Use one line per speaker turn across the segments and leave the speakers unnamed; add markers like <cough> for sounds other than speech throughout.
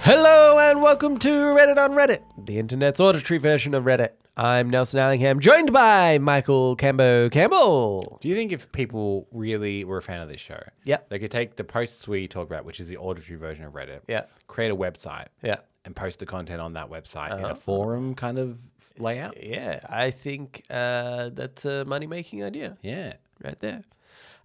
Hello and welcome to Reddit on Reddit, the internet's auditory version of Reddit. I'm Nelson Allingham, joined by Michael Cambo Campbell.
Do you think if people really were a fan of this show,
Yeah.
they could take the posts we talk about, which is the auditory version of Reddit,
Yeah.
create a website,
Yeah. Uh-huh.
and post the content on that website in a forum kind of layout?
Yeah, I think uh, that's a money making idea
Yeah.
right there.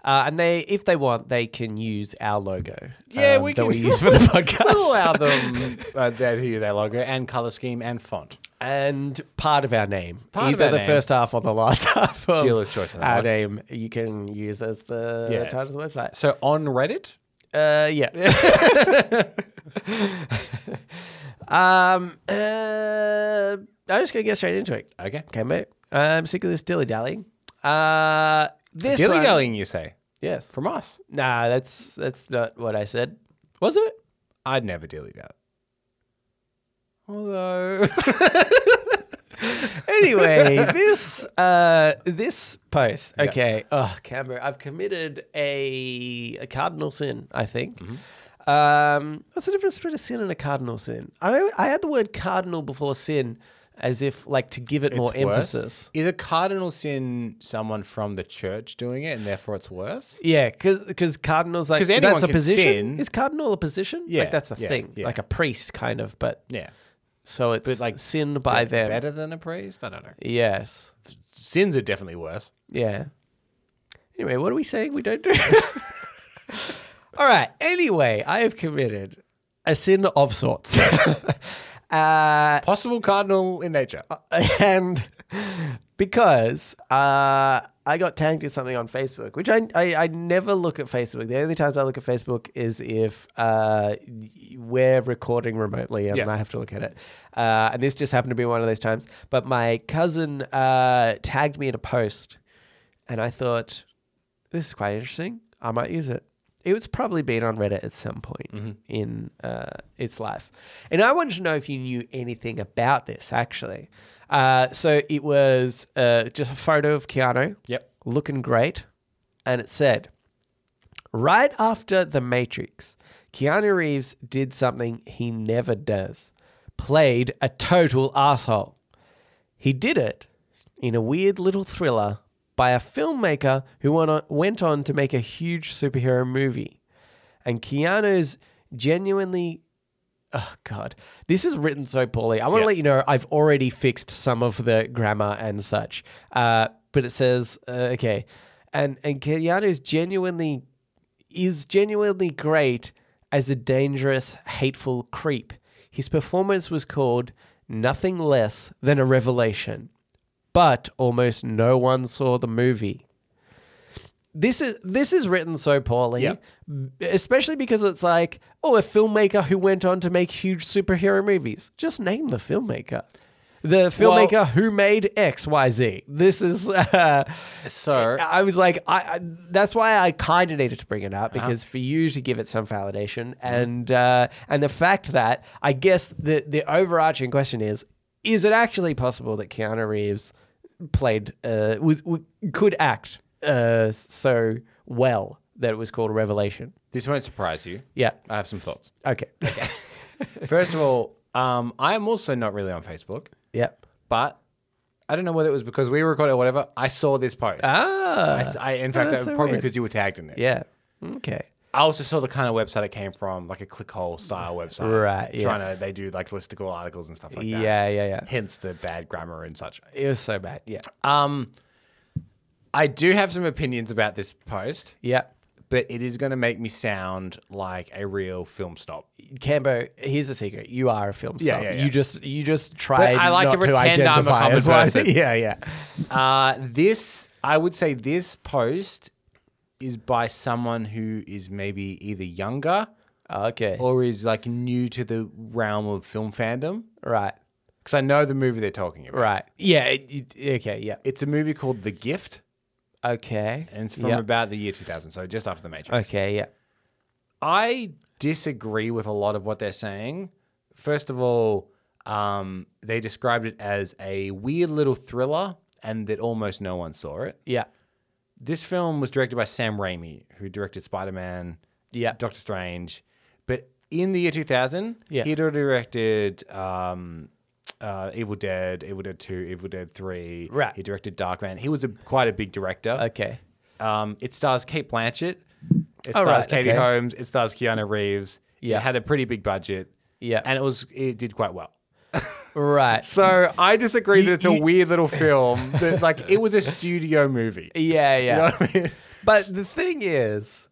Uh, and they, if they want, they can use our logo. um,
Yeah, we
that
can- <laughs>
we use for the podcast.
We'll allow them <laughs> uh, their, their logo and color scheme and font.
and part of our name,
Part of
either
our
the
name.
first half or the last <laughs> half of
Dealer's choice on that
Our
one.
name you can use as the
Yeah.
title of the website.
So on Reddit,
Uh, yeah. <laughs> um, uh, I'm just gonna get straight into it.
okay,
Okay, mate. I'm sick of this dilly dallying. Uh, this
dilly
one-
dallying, you say
Yes.
from us?
Nah, that's that's not what I said. Was it?
I'd never dilly dally. Although, <laughs>
Anyway, this uh, this post. Okay. Oh, Canberra, I've committed a, a cardinal sin. I think.
Mm-hmm.
Um, what's the difference between a sin and a cardinal sin? I I had the word cardinal before sin, as if like to give it more
it's worse.
emphasis.
is a cardinal sin someone from the church doing it, and therefore it's worse?
Yeah, because cardinals like
'Cause anyone
that's a
can
position.
sin.
Is cardinal a position?
Yeah,
like that's a
yeah,
thing,
yeah.
like a priest kind of. But
Yeah,
so it's
But,
like
like,
sin by them.
better than a priest. I don't know.
Yes.
sins are definitely worse.
Yeah. Anyway, what are we saying we don't do? <laughs> All right. Anyway, I have committed a sin of sorts. <laughs> uh,
Possible cardinal in nature.
and because uh, I got tagged in something on Facebook, which I, I I never look at Facebook. The only times I look at Facebook is if uh, y- we're recording remotely and
Yeah.
I have to look at it. Uh, and this just happened to be one of those times. But my cousin uh, tagged me in a post, and I thought this is quite interesting. I might use it. It was probably been on Reddit at some point in uh, its life. And I wanted to know if you knew anything about this, actually. Uh, so it was uh, just a photo of Keanu
Yep.
looking great. And it said, right after The Matrix, Keanu Reeves did something he never does played a total asshole. He did it in a weird little thriller by a filmmaker who went on, went on to make a huge superhero movie. And Keanu's genuinely. Oh, God. This is written so poorly. I want to
Yeah.
let you know I've already fixed some of the grammar and such. Uh, but it says, uh, okay. And, and Keanu's genuinely is genuinely great as a dangerous, hateful creep. His performance was called nothing less than a revelation, but almost no one saw the movie. This is this is written so poorly,
Yeah.
especially because it's like, oh, a filmmaker who went on to make huge superhero movies. Just name the filmmaker, the filmmaker who made X, Y, Z. This is. <laughs> Uh,
So
I was like, I, I that's why I kind of needed to bring it up because for you to give it some validation and uh, and the fact that I guess the the overarching question is, is it actually possible that Keanu Reeves played uh, was, w- could act uh, so well that it was called a revelation?
this won't surprise you.
Yeah.
I have some thoughts.
<laughs> Okay.
First of all, um, I am also not really on Facebook,
yeah.
but I don't know whether it was because we recorded or whatever. I saw this post.
Ah.
I s- I- in fact,
that's
I-
so
probably
weird.
because you were tagged in it.
Yeah. Okay.
I also saw the kind of website it came from, like a clickhole style website.
Right, yeah.
Trying to, they do like listicle articles and stuff like that.
Yeah. Yeah. Yeah.
Hence the bad grammar and such.
It was so bad. Yeah.
Um, I do have some opinions about this post.
Yeah.
but it is going to make me sound like a real film snob.
Cambo, here's a secret. You are a film star.
Yeah, yeah, yeah.
You just you just tried.
I like
not
to pretend I'm a
identify
common
as one.
<laughs> person.
yeah, yeah.
Uh, this, I would say, this post is by someone who is maybe either younger uh,
Okay.
or is like new to the realm of film fandom.
right.
Because I know the movie they're talking about.
Right. Yeah. it- it- okay. Yeah.
It's a movie called The Gift,
Okay.
and it's from
Yep.
about the year 2000, so just after The Matrix.
Okay. Yeah.
I disagree with a lot of what they're saying. First of all, um, they described it as a weird little thriller, and that almost no one saw it.
Yeah.
This film was directed by Sam Raimi, who directed Spider Man,
Yeah.
Doctor Strange, but in the year 2000,
Yeah.
he'd already directed um, uh, Evil Dead, Evil Dead 2, Evil Dead 3.
Right.
He directed Darkman. He was a, quite a big director.
Okay.
Um, it stars Kate Blanchett. It
Oh,
stars
right,
Katie
okay.
Holmes. It stars Keanu Reeves.
Yeah.
It had a pretty big budget.
Yeah.
And it was it did quite well.
Right.
So I disagree that it's a
you-
weird little film.
<laughs>
that, like it was a studio movie.
Yeah, yeah.
You know what I mean?
But the thing is,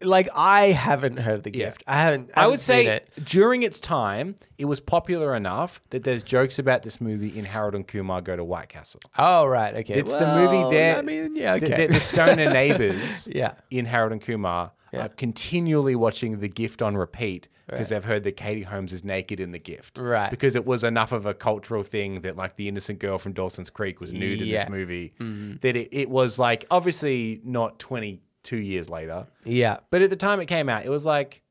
like, I haven't heard the gift. I haven't.
I
haven't
would
seen
say
it.
during its time, it was popular enough that there's jokes about this movie in Harold and Kumar Go to White Castle.
Oh right, okay.
It's the
Well,
movie there.
I mean, yeah,
the-
okay.
The, the Stoner neighbors
Yeah.
in Harold and Kumar
Yeah.
are continually watching The Gift on repeat because they've heard that Katie Holmes is naked in The Gift.
Right.
Because it was enough of a cultural thing that, like, the innocent girl from Dawson's Creek was nude in
Yeah. Mm-hmm.
this movie. That it, it was, like, obviously not 22 years later.
<laughs> yeah.
But at the time it came out, it was like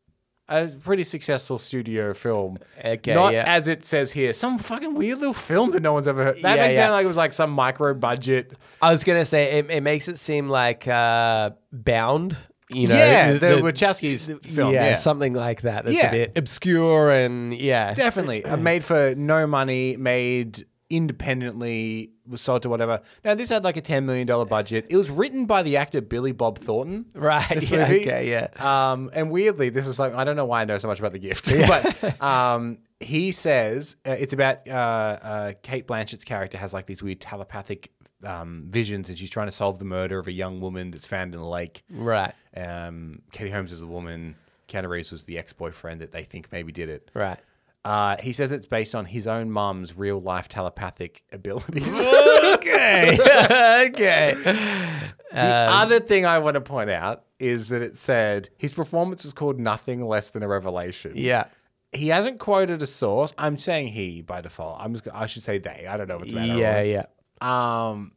a pretty successful studio film.
Okay,
Not
yeah.
as it says here, some fucking weird little film that no one's ever heard.
Yeah,
That makes it
yeah.
sound like it was like some micro budget.
I was gonna say it, it makes it seem like uh, bound. You know,
yeah,
the-
the,
the-
Wachowskis film.
yeah,
Yeah,
something like that. That's
Yeah.
a bit obscure and yeah,
definitely. Uh, made for no money, made independently, was sold to whatever. Now, this had like a $10 million budget. It was written by the actor Billy Bob <laughs> Thornton.
right.
This
yeah,
movie.
Okay, yeah.
Um, and weirdly, this is like I don't know why I know so much about the gift, <laughs> but um, he says uh, it's about uh, uh, Kate Blanchett's character has like these weird telepathic um, visions, and she's trying to solve the murder of a young woman that's found in a lake.
Right,
Um, Katie Holmes is the woman. Keanu Reeves was the ex-boyfriend that they think maybe did it. <laughs>
right.
Uh, he says it's based on his own mum's real life telepathic abilities.
<laughs> okay, Um, okay.
<laughs> The other thing I want to point out is that it said his performance was called nothing less than a revelation.
Yeah,
He hasn't quoted a source. I'm saying he by default. I'm just, I should say they. I don't know what's about.
yeah, yeah.
Um,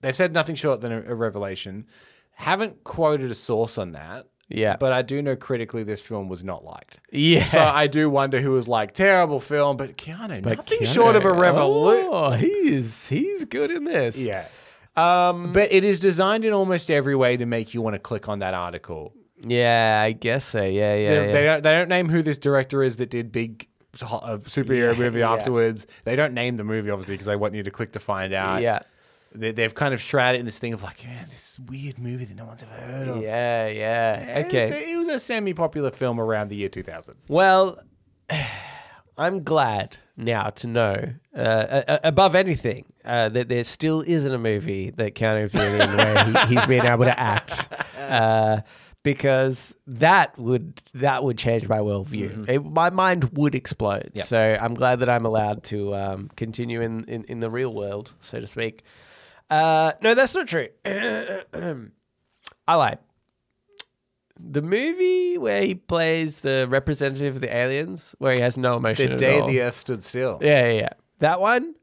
they've said nothing short than a, a revelation. Haven't quoted a source on that.
Yeah.
But I do know critically this film was not liked.
Yeah.
So I do wonder who was like terrible film, but Keanu, nothing
Keanu-
short of a revolution.
Oh, he's he's good in this.
Yeah. Um, but it is designed in almost every way to make you want to click on that article.
yeah, I guess so. Yeah, yeah.
They-
yeah.
They don't. They don't name who this director is that did big ho- uh, superhero movie afterwards. They don't name the movie obviously because they want you to click to find out.
Yeah.
They, they've kind of shrouded it in this thing of like, man, this weird movie that no one's ever heard of.
Yeah, yeah.
And Oh. it's
Okay.
a- it was a semi-popular film around the year 2000.
Well, <sighs> I'm glad now to know, uh, uh, above anything, uh, that there still isn't a movie that Keanu appeared in where he, he's been able to act. Uh, because that would that would change my worldview.
Mm-hmm.
It, my mind would explode. So I'm glad that I'm allowed to um, continue in, in, in the real world, so to speak. Uh, no, that's not true. <clears throat> I lied. The movie where he plays the representative of the aliens, where he has no emotion
The
at
day
all.
the Earth stood still.
yeah, yeah, yeah. That one,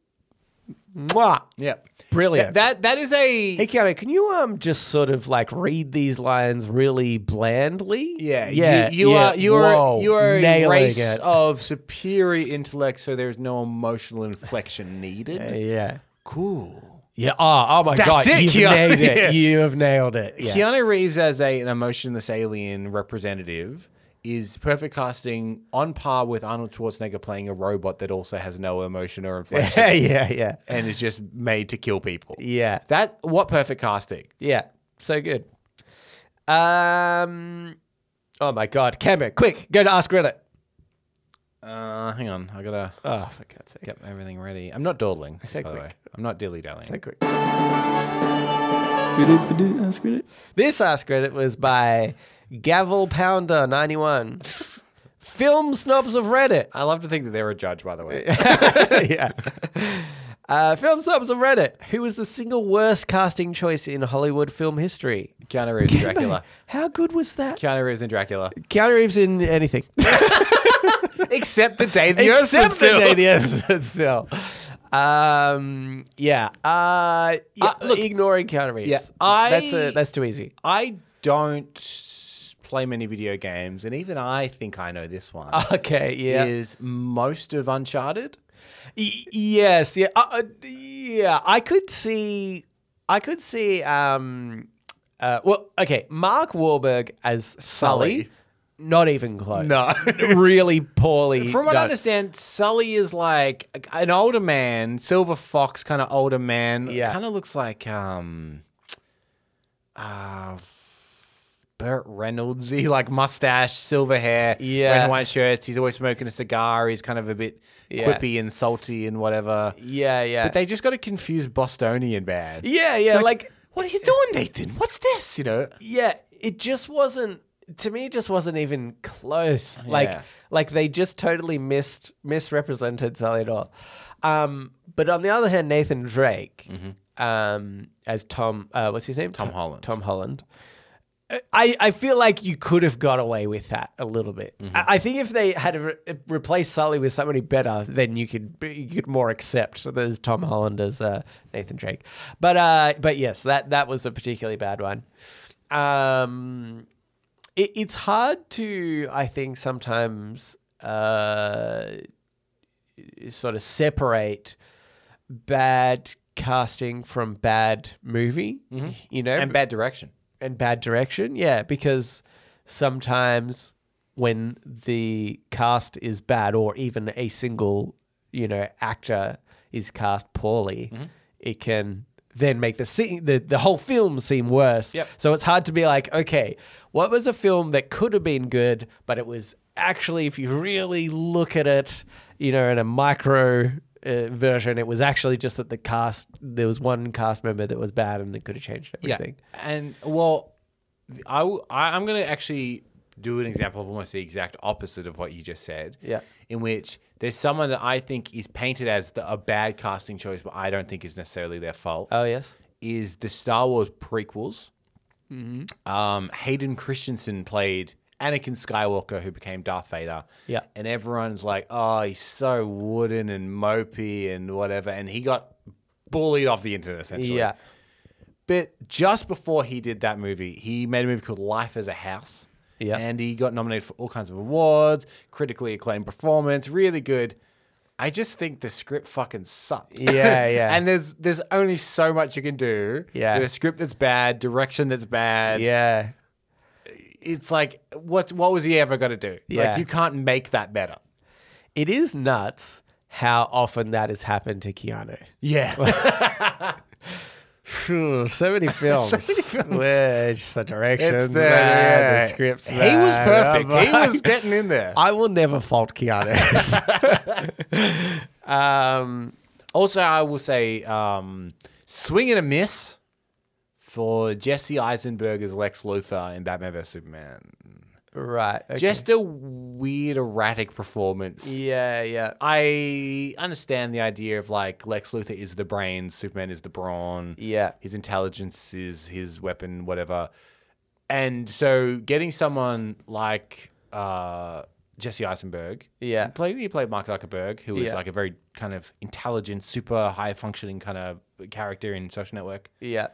mwah,
Yep.
brilliant.
That, that that is a
hey, Keanu, can you um just sort of like read these lines really blandly?
Yeah,
yeah.
You, you
yeah.
are you are
Whoa,
you are a
nailing
race
it.
of superior intellect, so there's no emotional inflection needed.
Yeah,
Cool.
yeah. Oh, oh my
That's
god,
it,
you've
Keanu.
nailed it.
<laughs> Yeah.
You have nailed it. Yeah.
Keanu Reeves as a, an emotionless alien representative is perfect casting on par with Arnold Schwarzenegger playing a robot that also has no emotion
<laughs>
or inflection
yeah, yeah, yeah,
and is just made to kill people.
yeah.
That what perfect casting.
Yeah, so good. Um, oh my god, Cameron, quick, go to Ask Reddit.
Uh, hang on, I gotta
Oh, for God's sake,
get everything ready. I'm not dawdling.
said
by the
quick.
way. I'm not dilly dallying.
so quick. This Ask Reddit was by Gavel Pounder ninety one. Film snobs of Reddit.
I love to think that they're a judge, by the way.
<laughs> yeah. <laughs> Uh, film snobs of Reddit. Who was the single worst casting choice in Hollywood film history?
Keanu Reeves, Dracula.
How good was that?
Keanu Reeves and <laughs> Dracula.
Keanu Reeves in <laughs> anything.
Except the day the
except the day the earth stood still. Um, yeah. Uh, yeah
Uh, look-
ignoring Keanu Reeves.
Yeah, I-
that's a, that's too easy.
I don't play many video games, and even I think I know this <laughs> one.
Okay. Yeah.
Is most of Uncharted?
Y- yes. Yeah. Uh, uh, yeah. I could see. I could see. Um, uh, well, okay. Mark Wahlberg as Sully.
Sully.
Not even close.
No.
<laughs> really poorly.
From what I
done.
understand, Sully is like an older man, silver fox kind of older man.
Yeah.
kind of looks like um, uh, Burt Reynoldsy, <laughs> like mustache, silver hair,
Yeah.
red and white shirts. He's always smoking a cigar. He's kind of a bit
Yeah.
quippy and salty and whatever.
Yeah, yeah.
But they just got a confused Bostonian bad.
yeah, yeah. like
what are you doing, Nathan? What's this? You know,
yeah it just wasn't to me it just wasn't even close like
Yeah.
like they just totally missed misrepresented Salvador um but on the other hand Nathan Drake
Mm-hmm.
um as Tom uh, what's his name Tom
Holland.
Tom Holland I, I feel like you could have got away with that a little bit.
Mm-hmm.
I, I think if they had re- replaced Sully with somebody better, then you could be- you could more accept there's Tom Holland as uh, Nathan Drake. But uh, but yes, that that was a particularly bad one. Um, it, it's hard to I think sometimes uh, sort of separate bad casting from bad movie. You know,
Mm-hmm. and bad direction.
and bad direction. Yeah, because sometimes when the cast is bad or even a single, you know, actor is cast poorly, it can then make the scene the, the whole film seem worse.
Yep.
So it's hard to be like, okay, what was a film that could have been good, but it was actually if you really look at it, you know, in a micro uh, version, it was actually just that the cast there was one cast member that was bad and it could have changed everything.
And well, th- I w- I, am going to actually do an example of almost the exact opposite of what you just said.
Yeah.
In which there's someone that I think is painted as the, a bad casting choice, but I don't think is necessarily their fault.
Oh yes.
is the Star Wars prequels. Um, Hayden Christensen played Anakin Skywalker, who became Darth Vader.
Yeah.
And everyone's like, oh, he's so wooden and mopey and whatever. And he got bullied off the internet, essentially.
Yeah.
But just before he did that movie, he made a movie called Life as a House.
Yeah.
And he got nominated for all kinds of awards, critically acclaimed performance, really good. I just think the script fucking sucked.
Yeah, yeah.
<laughs> and there's there's only so much you can do.
Yeah.
With a script that's bad, direction that's bad.
Yeah.
It's like what what was he ever gonna do?
Yeah.
Like you can't make that better.
It is nuts how often that has happened to Keanu.
<laughs> Yeah.
Phew, so <laughs> many films. Where it's the direction,
It's the,
bad,
yeah.
the scripts. Oh,
he was
bad.
perfect.
I'm
He
like,
was getting
<laughs>
in there.
I will never fault Keanu. um,
Also, I will say, um, swing and a miss for Jesse Eisenberg as Lex Luthor in Batman vs Superman.
<laughs> right. okay.
Just a weird, erratic performance.
yeah, yeah.
I understand the idea of like Lex Luthor is the brain, Superman is the brawn.
Yeah.
His intelligence is his weapon, whatever. And so getting someone like uh, Jesse Eisenberg,
Yeah.
he played, he played Mark Zuckerberg, who is
Yeah.
like a very kind of intelligent, super high functioning kind of character in Social Network.
Yeah.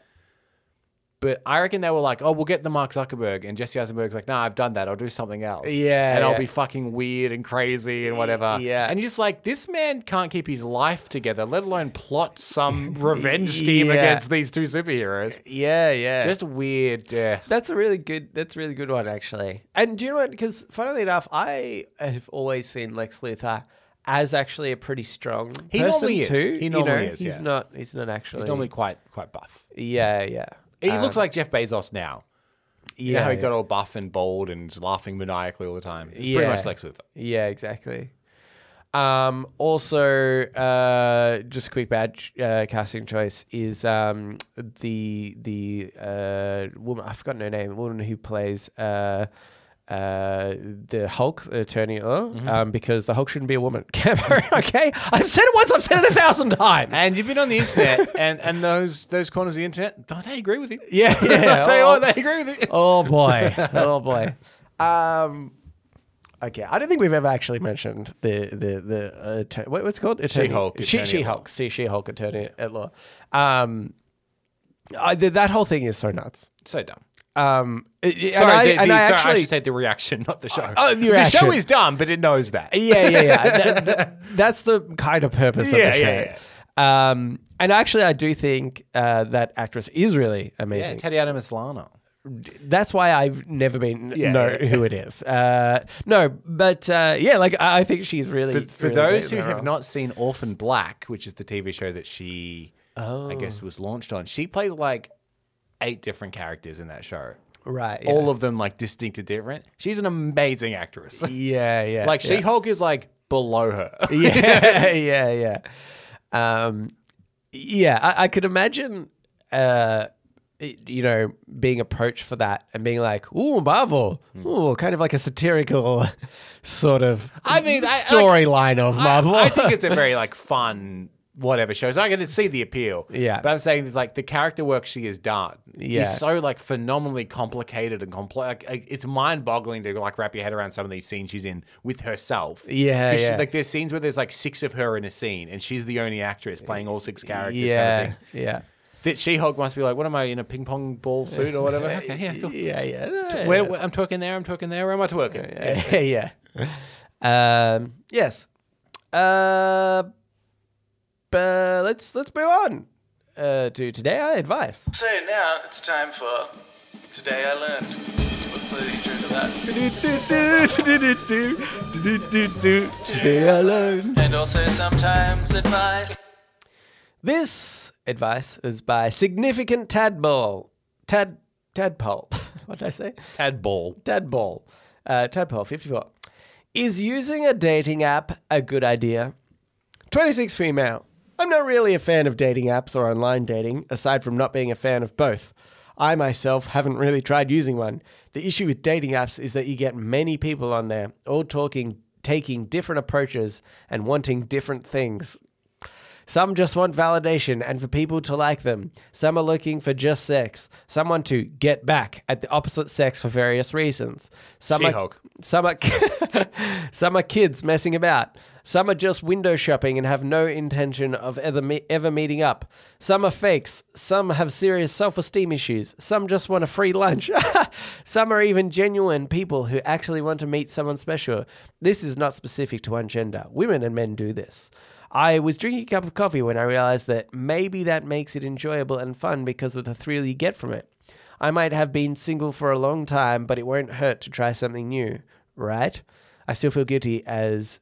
But I reckon they were like, oh, we'll get the Mark Zuckerberg. And Jesse Eisenberg's like, nah, I've done that. I'll do something else.
Yeah,
And
yeah.
I'll be fucking weird and crazy and whatever.
yeah.
And you're just like, this man can't keep his life together, let alone
<laughs>
plot some revenge scheme
Yeah.
against these two superheroes.
Yeah, yeah.
Just weird. Uh,
That's a really good. That's a really good one, actually. And do you know what? Because funnily enough, I have always seen Lex Luthor as actually a pretty strong.
He
person
normally is.
too,
He
you
normally
know?
is,
He's
yeah.
not. He's not actually.
he's normally quite quite buff.
Yeah, yeah.
He looks like Jeff Bezos now. You know how he
Um, yeah.
got all buff and bold and just laughing maniacally all the time. It's
Yeah.
pretty much Lex Luthor.
Yeah, exactly. Um, also, uh, just a quick bad uh, casting choice is um, the the uh, woman I've forgotten her name, woman who plays uh, uh, the Hulk attorney, uh,
Mm-hmm.
um, because the Hulk shouldn't be a woman. <laughs> okay, I've said it once, I've said it a thousand times.
And <laughs> you've been on
<laughs>
the internet, and, and those those corners of the internet, they agree with you.
yeah, yeah.
<laughs> I'll tell you
oh,
what, they agree with you.
oh boy, <laughs> oh boy. Um, okay, I don't think we've ever actually mentioned the the the uh, atter- what, what's it called attorney.
She-Hulk,
She
attorney
She
at law.
Hulk. See She Hulk attorney at law. Um, I, th- that whole thing is so nuts.
<laughs> So dumb.
Um, it- it- and
Sorry,
I-
the,
and
the,
I
sorry, I
actually-
should say the reaction, not the show.
oh, the
<laughs> the show
reaction.
is dumb, but it knows that.
yeah, yeah, yeah.
<laughs>
That- that- that's the kind of purpose of
Yeah,
the show.
yeah, yeah.
Um, and actually, I do think uh, that actress is really amazing.
Teddy Adam Lana.
that's why I've never been
Yeah,
know
yeah, yeah.
who it is. Uh, no, but uh, yeah, like I, I think she's really
For, for
really great
those who
in that
have
role.
not seen Orphan Black, which is the TV show that she, I
Oh.
guess, was launched on, she plays like eight different characters in that show.
right,
All of them like distinct and different. She's an amazing actress.
yeah, yeah,
like
yeah.
She Hulk is like below her.
<laughs> yeah,
<laughs>
yeah, yeah. Um, yeah, I, I could imagine, uh, it- you know, being approached for that and being like, "Ooh, Marvel!"
Hmm.
Ooh, kind of like a satirical <laughs> sort of.
I mean, I- I-
storyline of Marvel.
I, I think it's a very like fun whatever show. So I can see the appeal.
Yeah.
But I'm saying is, like the character work she has done
Yeah.
is so like phenomenally complicated and complex. Like, it's mind boggling to like wrap your head around some of these scenes she's in with herself.
Yeah,
'Cause she-
yeah.
like there's scenes where there's like six of her in a scene and she's the only actress playing all six characters. Kind
yeah,
of
<laughs>
thing.
yeah,
That She Hulk must be like, what am I in a ping pong ball suit
<laughs>
or whatever? okay, yeah, cool.
yeah, yeah.
Where, where- I'm talking there, I'm talking there, where am I twerking?
<laughs> yeah. Um, yes. Uh, but let's let's move on uh, to today. I advise.
So now it's time for Today I Learned. What's the intro to that?
Today alone.
And also sometimes advice.
This advice is by significant tadpole. Tad tadpole. <laughs> what did I say?
Tad ball.
Tadpole. Uh, tadpole. Fifty-four. Is using a dating app a good idea? Twenty-six female. I'm not really a fan of dating apps or online dating, aside from not being a fan of both. I myself haven't really tried using one. The issue with dating apps is that you get many people on there, all talking, taking different approaches and wanting different things. Some just want validation and for people to like them. Some are looking for just sex, someone to get back at the opposite sex for various reasons. Some are,
She-Hulk.
some are <laughs> some are kids messing about. Some are just window shopping and have no intention of ever me- ever meeting up. Some are fakes. Some have serious self-esteem issues. Some just want a free lunch. <laughs> some are even genuine people who actually want to meet someone special. This is not specific to one gender. Women and men do this. I was drinking a cup of coffee when I realized that maybe that makes it enjoyable and fun because of the thrill you get from it. I might have been single for a long time, but it won't hurt to try something new, right? I still feel guilty as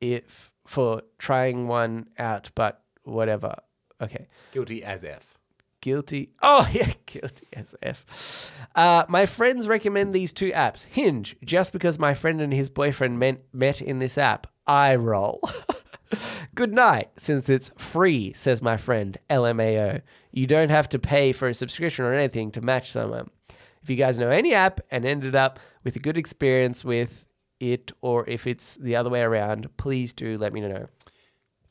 if for trying one out, but whatever. Okay
Guilty as F.
guilty. Oh <laughs> yeah, guilty as f. Uh, my friends recommend these two apps. Hinge, just because my friend and his boyfriend met, met in this app. I roll. <laughs> Good night, since it's free, says my friend LMAO. You don't have to pay for a subscription or anything to match someone. If you guys know any app and ended up with a good experience with it, or if it's the other way around, please do let me know.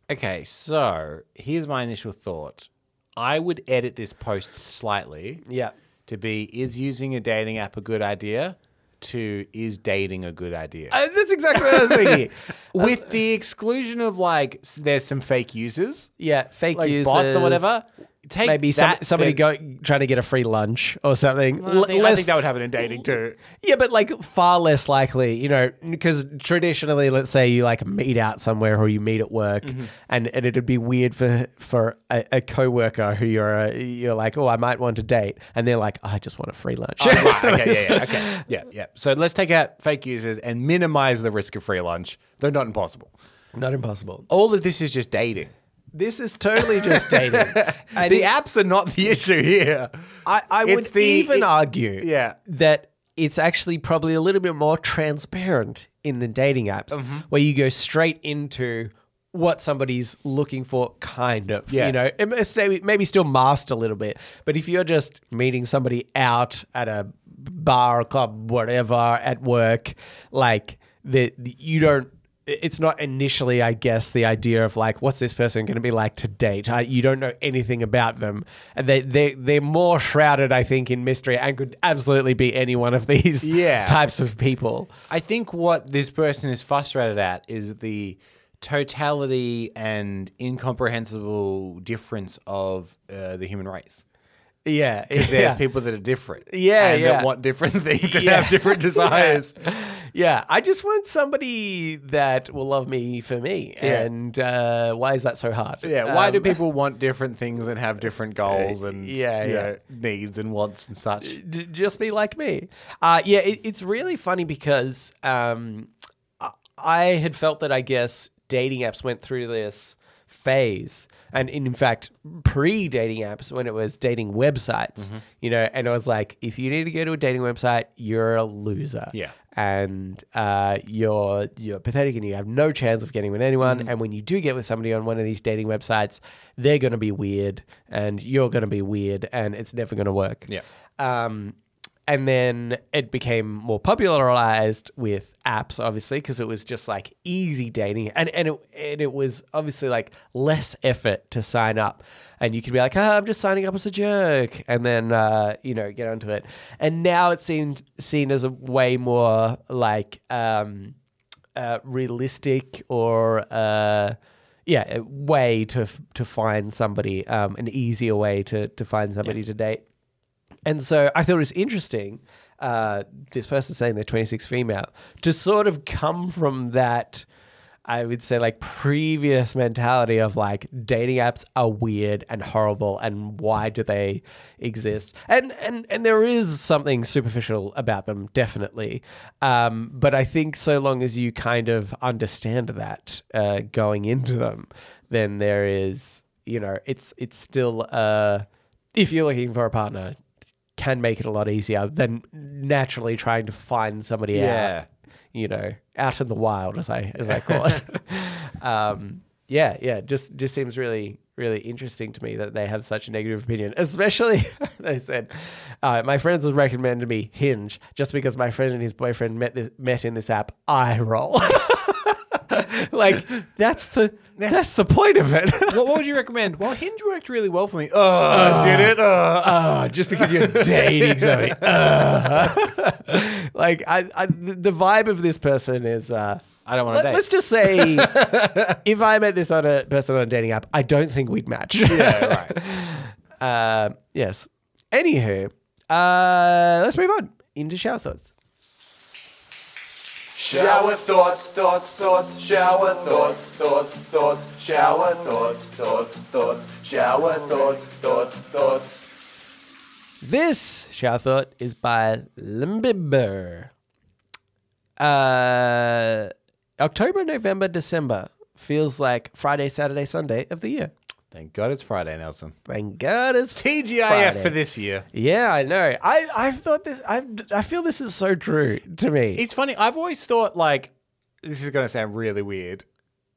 Okay, so here's my initial thought. I would edit this post slightly
Yeah.
to be is using a dating app a good idea? To is dating a good idea?
Uh, that's exactly what I was
<laughs>
thinking.
With the exclusion of like s- there's some fake users,
Yeah, fake
like
users.
bots or whatever. Take
maybe some,
that
somebody
bit-
go, trying to get a free lunch or something.
I
L-
think, I
less-
think that would happen in dating
<laughs>
too.
yeah, but like far less likely, you know, because traditionally, let's say you like meet out somewhere or you meet at work,
Mm-hmm.
and, and it'd be weird for for a, a coworker who you're a, you're like, oh, I might want to date, and they're like, "Oh, I just want a free lunch. <laughs>
right, okay, yeah, yeah, okay, yeah, yeah. So let's take out fake users and minimize the risk of free lunch, though not impossible.
Not impossible.
All of this is just dating.
This is totally just
<laughs>
dating. And
the
it-
apps are not the <laughs> issue here.
I, I would
It's the-
even
it-
argue
yeah.
that it's actually probably a little bit more transparent in the dating apps
Mm-hmm.
where you go straight into what somebody's looking for, kind of.
Yeah.
You know, Uh, it must stay- maybe still masked a little bit. But if you're just meeting somebody out at a bar, club, whatever, at work, like the, the- you don't. It's not initially, I guess, the idea of like, what's this person going to be like to date? I, you don't know anything about them, and they they they're more shrouded, I think, in mystery, and could absolutely be any one of these <laughs>
Yeah.
types of people.
I think what this person is frustrated at is the
<laughs>
totality and incomprehensible difference of uh, the human race.
Yeah. <laughs>
There's
Yeah.
people that are different.
Yeah,
And
yeah.
that want different <laughs> things and
Yeah.
have
<laughs>
different desires.
Yeah, I just want somebody that will love me for me.
Yeah.
And uh, why is that so hard?
Yeah. Why do
Um, uh,
people want different things and have different goals and
yeah, Uh,
you
yeah.
know, needs and wants and such?
d- just be like me? Uh, yeah, it, it's really funny because um, I- I had felt that I guess dating apps went through this phase. And in fact, pre dating apps, when it was dating
Mm-hmm.
websites, you know, and I was like, if you need to go to a dating website, you're a loser.
Yeah.
and uh, you're you're pathetic and you have no chance of getting with anyone.
Mm-hmm.
And when you do get with somebody on one of these dating websites, they're going to be weird and you're going to be weird and it's never going to work.
Yeah.
Um, and then it became more popularized with apps, obviously, because it was just like easy dating, and and it, and it was obviously like less effort to sign up, and you could be like, oh, I'm just signing up as a jerk, and then uh, you know get onto it. And now it seemed seen as a way more like um, uh, realistic or uh, yeah, a way to f- to find somebody, um, an easier way to to find somebody to date. And so I thought it was interesting, uh, this person saying they're 26 female, to sort of come from that, I would say, like previous mentality of like dating apps are weird and horrible and why do they exist? And, and, and there is something superficial about them, definitely. Um, but I think so long as you kind of understand that uh, going into them, then there is, you know, it's, it's still. Uh, if you're looking for a partner, can make it a lot easier than naturally trying to find somebody
Yeah.
out, you know, out in the wild, as I as I call it. um, yeah, yeah, just just seems really really interesting to me that they have such a negative opinion. Especially, <laughs> they said, uh, my friends have recommended me Hinge just because my friend and his boyfriend met this met in this app. I roll. <laughs> like that's the that's the point of it. <laughs>
what, what would you recommend? Well, Hinge worked really well for me. Oh,
Uh,
I did it. Oh,
oh, just because you're dating <laughs> somebody. Ugh. <laughs> like I, I, the the vibe of this person is. Uh,
I don't want
let,
to
us
date.
just say, <laughs> if I met this on a person on a dating app, I don't think we'd match.
Yeah, right.
<laughs> Uh, yes. Anywho, uh, let's move on into shower thoughts.
Shower thoughts, thoughts, thoughts, shower thoughts, thoughts, thoughts, shower thoughts, thoughts, thoughts, shower thoughts, thoughts, thoughts.
This shower thought is by Limbibber. Uh, October, November, December feels like Friday, Saturday, Sunday of the year.
Thank God it's Friday, Nelson.
Thank God it's
TGIF
Friday.
for this year.
Yeah, I know. I I thought this. I I feel this is so true to me.
It's funny. I've always thought like this is going to sound really weird.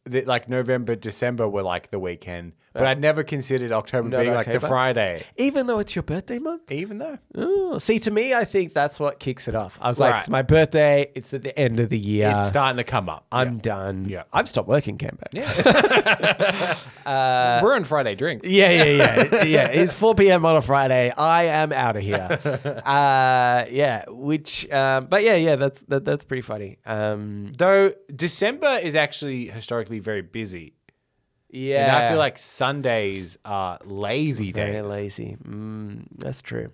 That like November, December were like the weekend, but I'd never considered October
No,
being
no,
like the
October.
Friday.
Even though it's your birthday month.
Even though,
Ooh. See, to me, I think that's what kicks it off. I was like,
Right.
it's my birthday. It's at the end of the year.
it's starting to come up.
I'm done.
Yeah.
I've stopped working, Cambo. Yeah. Uh,
We're on Friday
<laughs>
drinks.
Yeah, yeah, yeah, yeah. It's 4 p.m. on a Friday. I am out of here. uh, yeah, which, um, but yeah, yeah, that's that, that's pretty funny. Um,
Though December is actually historically very busy,
yeah,
and I feel like Sundays are lazy
Very
days.
lazy. Mm, that's true.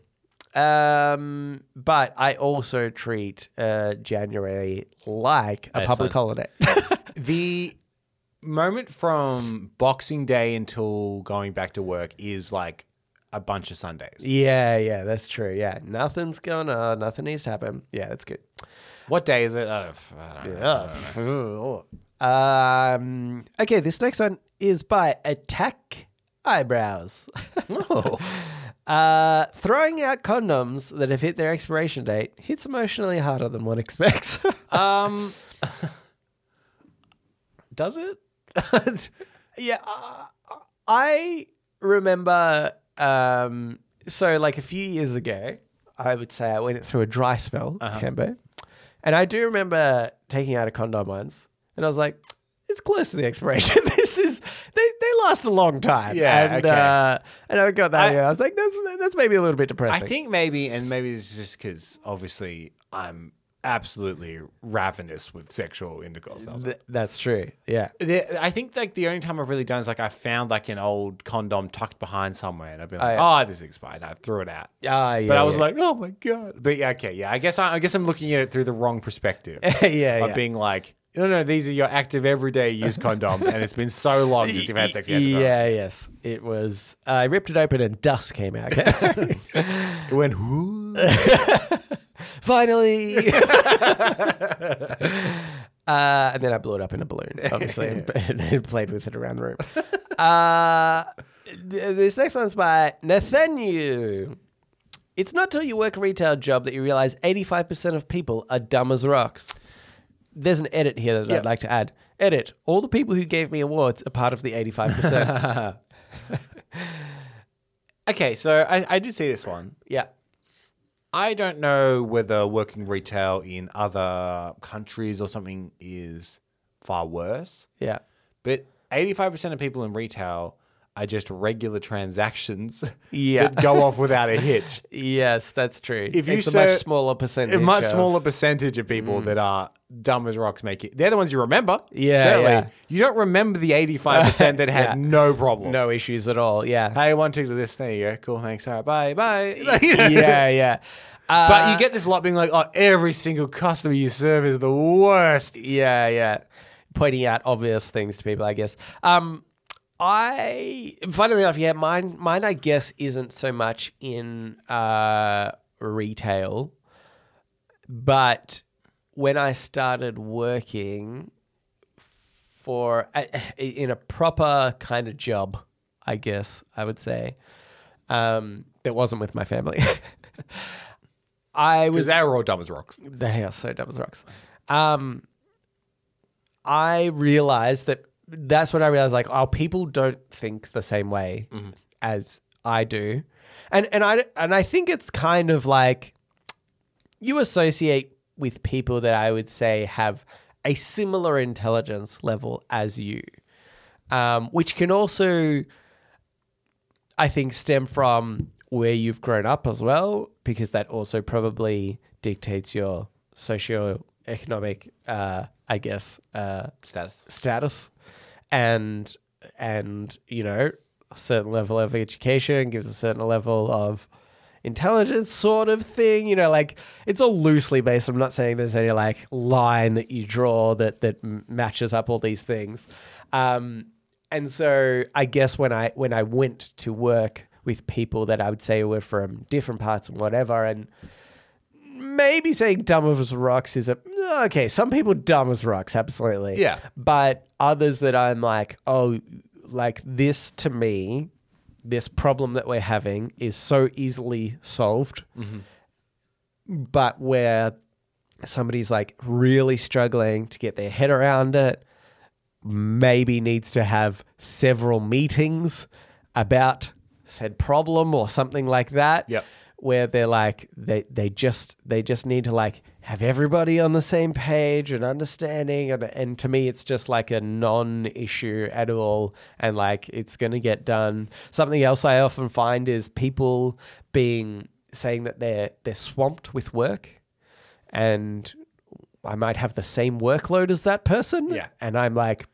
Um, but I also treat uh, January like a
As
public
sun-
holiday. <laughs>
The moment from Boxing Day until going back to work is like a bunch of Sundays.
yeah, yeah, that's true. Yeah, nothing's going on. Nothing needs to happen. Yeah, that's good.
What day is it? I don't, I don't know.
<laughs> Um, okay, this next one is by Attack Eyebrows. <laughs>
<laughs>
Uh, throwing out condoms that have hit their expiration date hits emotionally harder than one expects. <laughs>
Um, does it?
<laughs> Yeah, uh, I remember. Um, so, like a few years ago, I would say I went through a dry spell,
Uh-huh.
Cambo, and I do remember taking out a condom once, and I was like, "It's close to the expiration. <laughs> this is they, they last a long time."
Yeah,
and
okay.
uh, and I got that.
I-
yeah, I was like, "That's that's maybe a little bit
I
depressing."
think maybe, and maybe it's just because obviously I'm absolutely ravenous with sexual intercourse. And I was like,
Th- that's true.
<laughs>
Yeah. <laughs>
the- I think like the only time I've really done is like I found like an old condom tucked behind somewhere, and I've been like, oh,
yeah.
this is expired. I threw it out.
Ah, yeah.
But I was
yeah.
like, oh my god. But yeah, okay, yeah. I guess I, I guess I'm looking at it through the wrong perspective.
<laughs> yeah,
Of
yeah.
being like, no, no, these are your active
<laughs>
everyday use condoms, and it's been so long since you've had sex. with the
Yeah, yes. It was. I ripped it open and dust came out.
<laughs> condom. it went. Whoo.
Uh,
<laughs>
Finally. <laughs> uh, and then I blew it up in a balloon, obviously,
<laughs>
and, and played with it around the room. Uh, th- this next one's by Nathaniel. It's not till you work a retail job that you realize 85% of people are dumb as rocks. There's an edit here that I'd like to add. Edit. All the people who gave me awards are part of the
<laughs>
85%.
Okay, so I, I did see this one.
yeah.
I don't know whether working retail in other countries or something is far worse,
Yeah.
but 85% of people in retail are just regular transactions <laughs>
Yeah.
that go off without a
<laughs>
hitch.
Yes, that's true.
If you
it's a much
ser-
smaller percentage.
a much
of-
smaller percentage of people that are dumb as rocks make it. They're the ones you remember.
Mm. Yeah,
certainly.
yeah.
You don't remember the eighty-five percent that had
<laughs> Yeah.
no problem.
No issues at all. Yeah.
Hey, one, two to this. There you go. Cool. Thanks. All right. Bye. Bye. <laughs> You know?
yeah, yeah. Uh,
But you get this lot being like, oh, every single customer you serve is the worst.
yeah, yeah. Pointing out obvious things to people, I guess. Um, I, funnily enough, yeah, mine, mine, I guess, isn't so much in uh, retail, but when I started working for in a proper kind of job, I guess I would say, um, that wasn't with my family. <laughs> I was
Because they're all dumb as rocks.
They are so dumb as rocks. Um, I realized that that's when I realized like, oh, people don't think the same way as I do, and and I and I think it's kind of like you associate with people that I would say have a similar intelligence level as you, um, which can also, I think, stem from where you've grown up as well, because that also probably dictates your socioeconomic, uh, I guess, uh,
Status.
status and and you know a certain level of education gives a certain level of intelligence sort of thing you know like it's all loosely based i'm not saying there's any like line that you draw that that m- matches up all these things um and so i guess when i when i went to work with people that i would say were from different parts and whatever and maybe saying dumb as rocks is a okay. Some people dumb as rocks, absolutely.
Yeah.
But others that I'm like, oh, like this to me, this problem that we're having is so easily solved. But where somebody's like really struggling to get their head around it, maybe needs to have several meetings about said problem or something like that.
Yep.
Where they're like they they just they just need to like have everybody on the same page and understanding and, and to me it's just like a non-issue at all and like it's going to get done. Something else I often find is people being saying that they're they're swamped with work and I might have the same workload as that person.
Yeah.
And I'm like,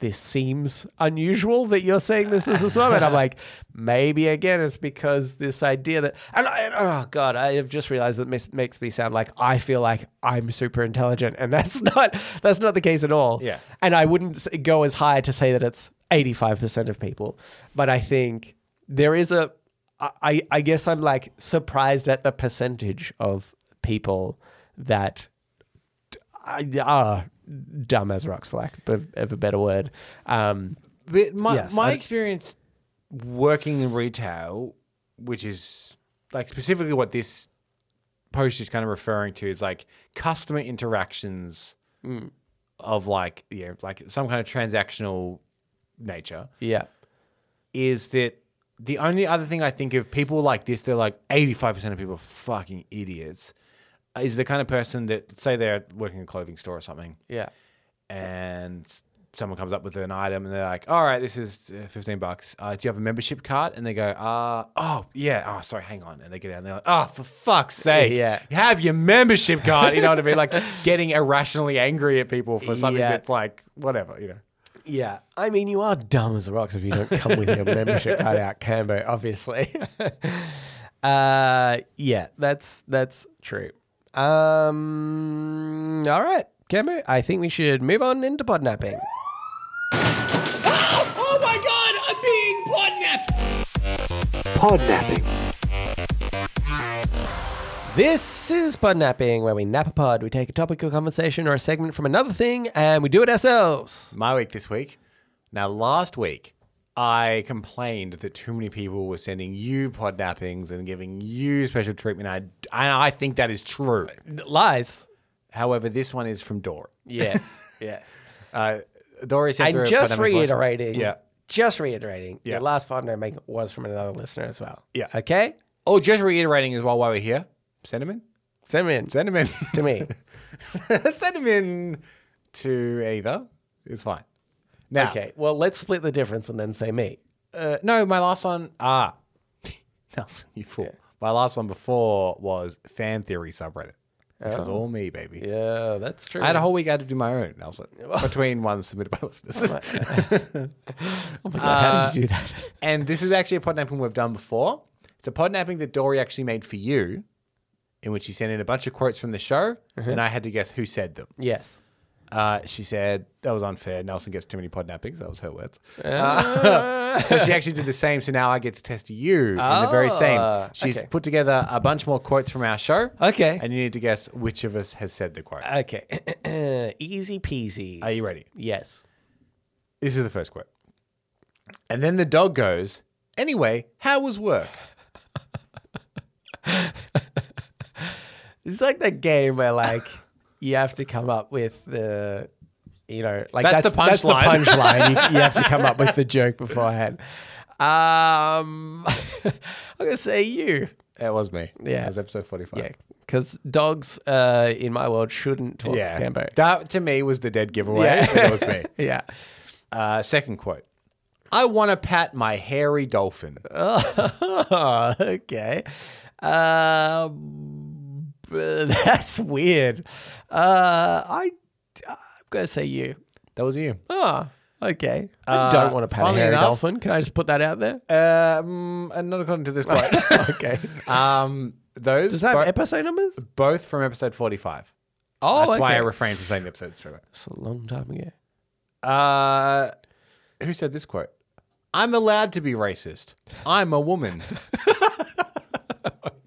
this seems unusual that you're saying this is a swim. And I'm like, maybe again, it's because this idea that, and I, and- oh God, I have just realized that this makes me sound like I feel like I'm super intelligent. And that's <laughs> not, that's not the case at all.
Yeah.
And I wouldn't s- go as high to say that it's 85% of people. But I think there is a, I, I guess I'm like surprised at the percentage of people that I, uh, dumb as rocks, for lack of of a better word. Um,
But my,
Yes,
my
I-
experience working in retail, which is like specifically what this post is kind of referring to, is like customer interactions
Mm.
of like, yeah, like some kind of transactional nature
yeah,
is that the only other thing I think of people like this, they're like 85% of people are fucking idiots, is the kind of person that, say, they're working in a clothing store or something
yeah,
and someone comes up with an item and they're like, all right, this is uh, 15 bucks. Uh, do you have a membership card? And they go, uh, oh, yeah. Oh, sorry, hang on. And they get out and they're like, oh, for fuck's sake.
Yeah.
Have your membership card. You know what I mean? <laughs> Like getting irrationally angry at people for something
Yeah.
that's like, whatever, you know.
Yeah, I mean, you are dumb as rocks if you don't come with your membership card out, Cambo. Obviously. <laughs> uh, yeah, that's that's true. Um, all right, Cambo. I think we should move on into podnapping.
Oh my god, I'm being podnapped!
Podnapping.
This is podnapping, where we nap a pod. We take a topic or conversation or a segment from another thing, and we do it ourselves.
my week this week. Now, last week, I complained that too many people were sending you podnappings and giving you special treatment. I, and I think that is true.
Lies.
However, this one is from Dora.
<laughs> Yes. yes.
Uh, Dora sent through
And
a
just
podnapping voice-
reiterating.
Yeah.
Just reiterating.
Yeah.
The last podnapping was from another listener as well.
Yeah.
Okay.
Oh, just reiterating as well while we're here. Send them in.
Send them in <laughs>
Send them in.
to
<laughs>
me.
Send them in to either. It's fine. Now,
Okay. Well, let's split the difference and then say me.
Uh, no, my last one. Ah, <laughs> Nelson, you fool. My last one before was fan theory subreddit, which
Oh.
was all me, baby.
Yeah, that's true.
I had a whole week I had to do my own,
<laughs>
Nelson, between ones submitted by listeners. <laughs>
oh
Uh,
How did you do that?
and this is actually a podnapping we've done before. It's a podnapping that Dory actually made for you, in which she sent in a bunch of quotes from the show,
Uh-huh.
and I had to guess who said them.
yes.
Uh, she said that was unfair. Nelson gets too many podnappings. That was her words. Uh, <laughs> so she actually did the same. So now I get to test you in the very same.
Ah,
She's
okay.
put together a bunch more quotes from our show.
Okay. Uh,
And you need to guess which of us has said the quote.
Okay. <clears throat> Easy peasy.
Are you ready?
yes.
This is the first quote. And then the dog goes, Anyway, how was work?
It's like that game where like you have to come up with the you know like
That's
that's,
the
That's the
punchline.
punchline. you, you have to come up with the joke beforehand. Um, <laughs> I'm gonna say you.
<laughs> That was me.
Yeah.
That was episode 45.
Yeah, because dogs uh, in my world shouldn't talk.
Yeah.
Cambo.
That to me was the dead giveaway.
Yeah.
<laughs> It was me.
yeah. <laughs>
Uh, second quote. I want to pat my hairy dolphin.
Oh, okay. Um, <laughs> uh, that's weird. Uh, I, I'm going to say you.
That was you.
Oh, okay.
Uh,
I don't want to pat a
funnily
hairy
enough-
dolphin. Can I just put that out
<laughs>
there?
Um, and not according to this <laughs> quote.
okay.
um, those
Does that have
bo-
episode numbers?
both from episode 45.
Oh,
That's why I
okay.
refrained from saying the episode straight away.
It's a long time ago.
Uh, who said this quote? I'm allowed to be racist. I'm a woman.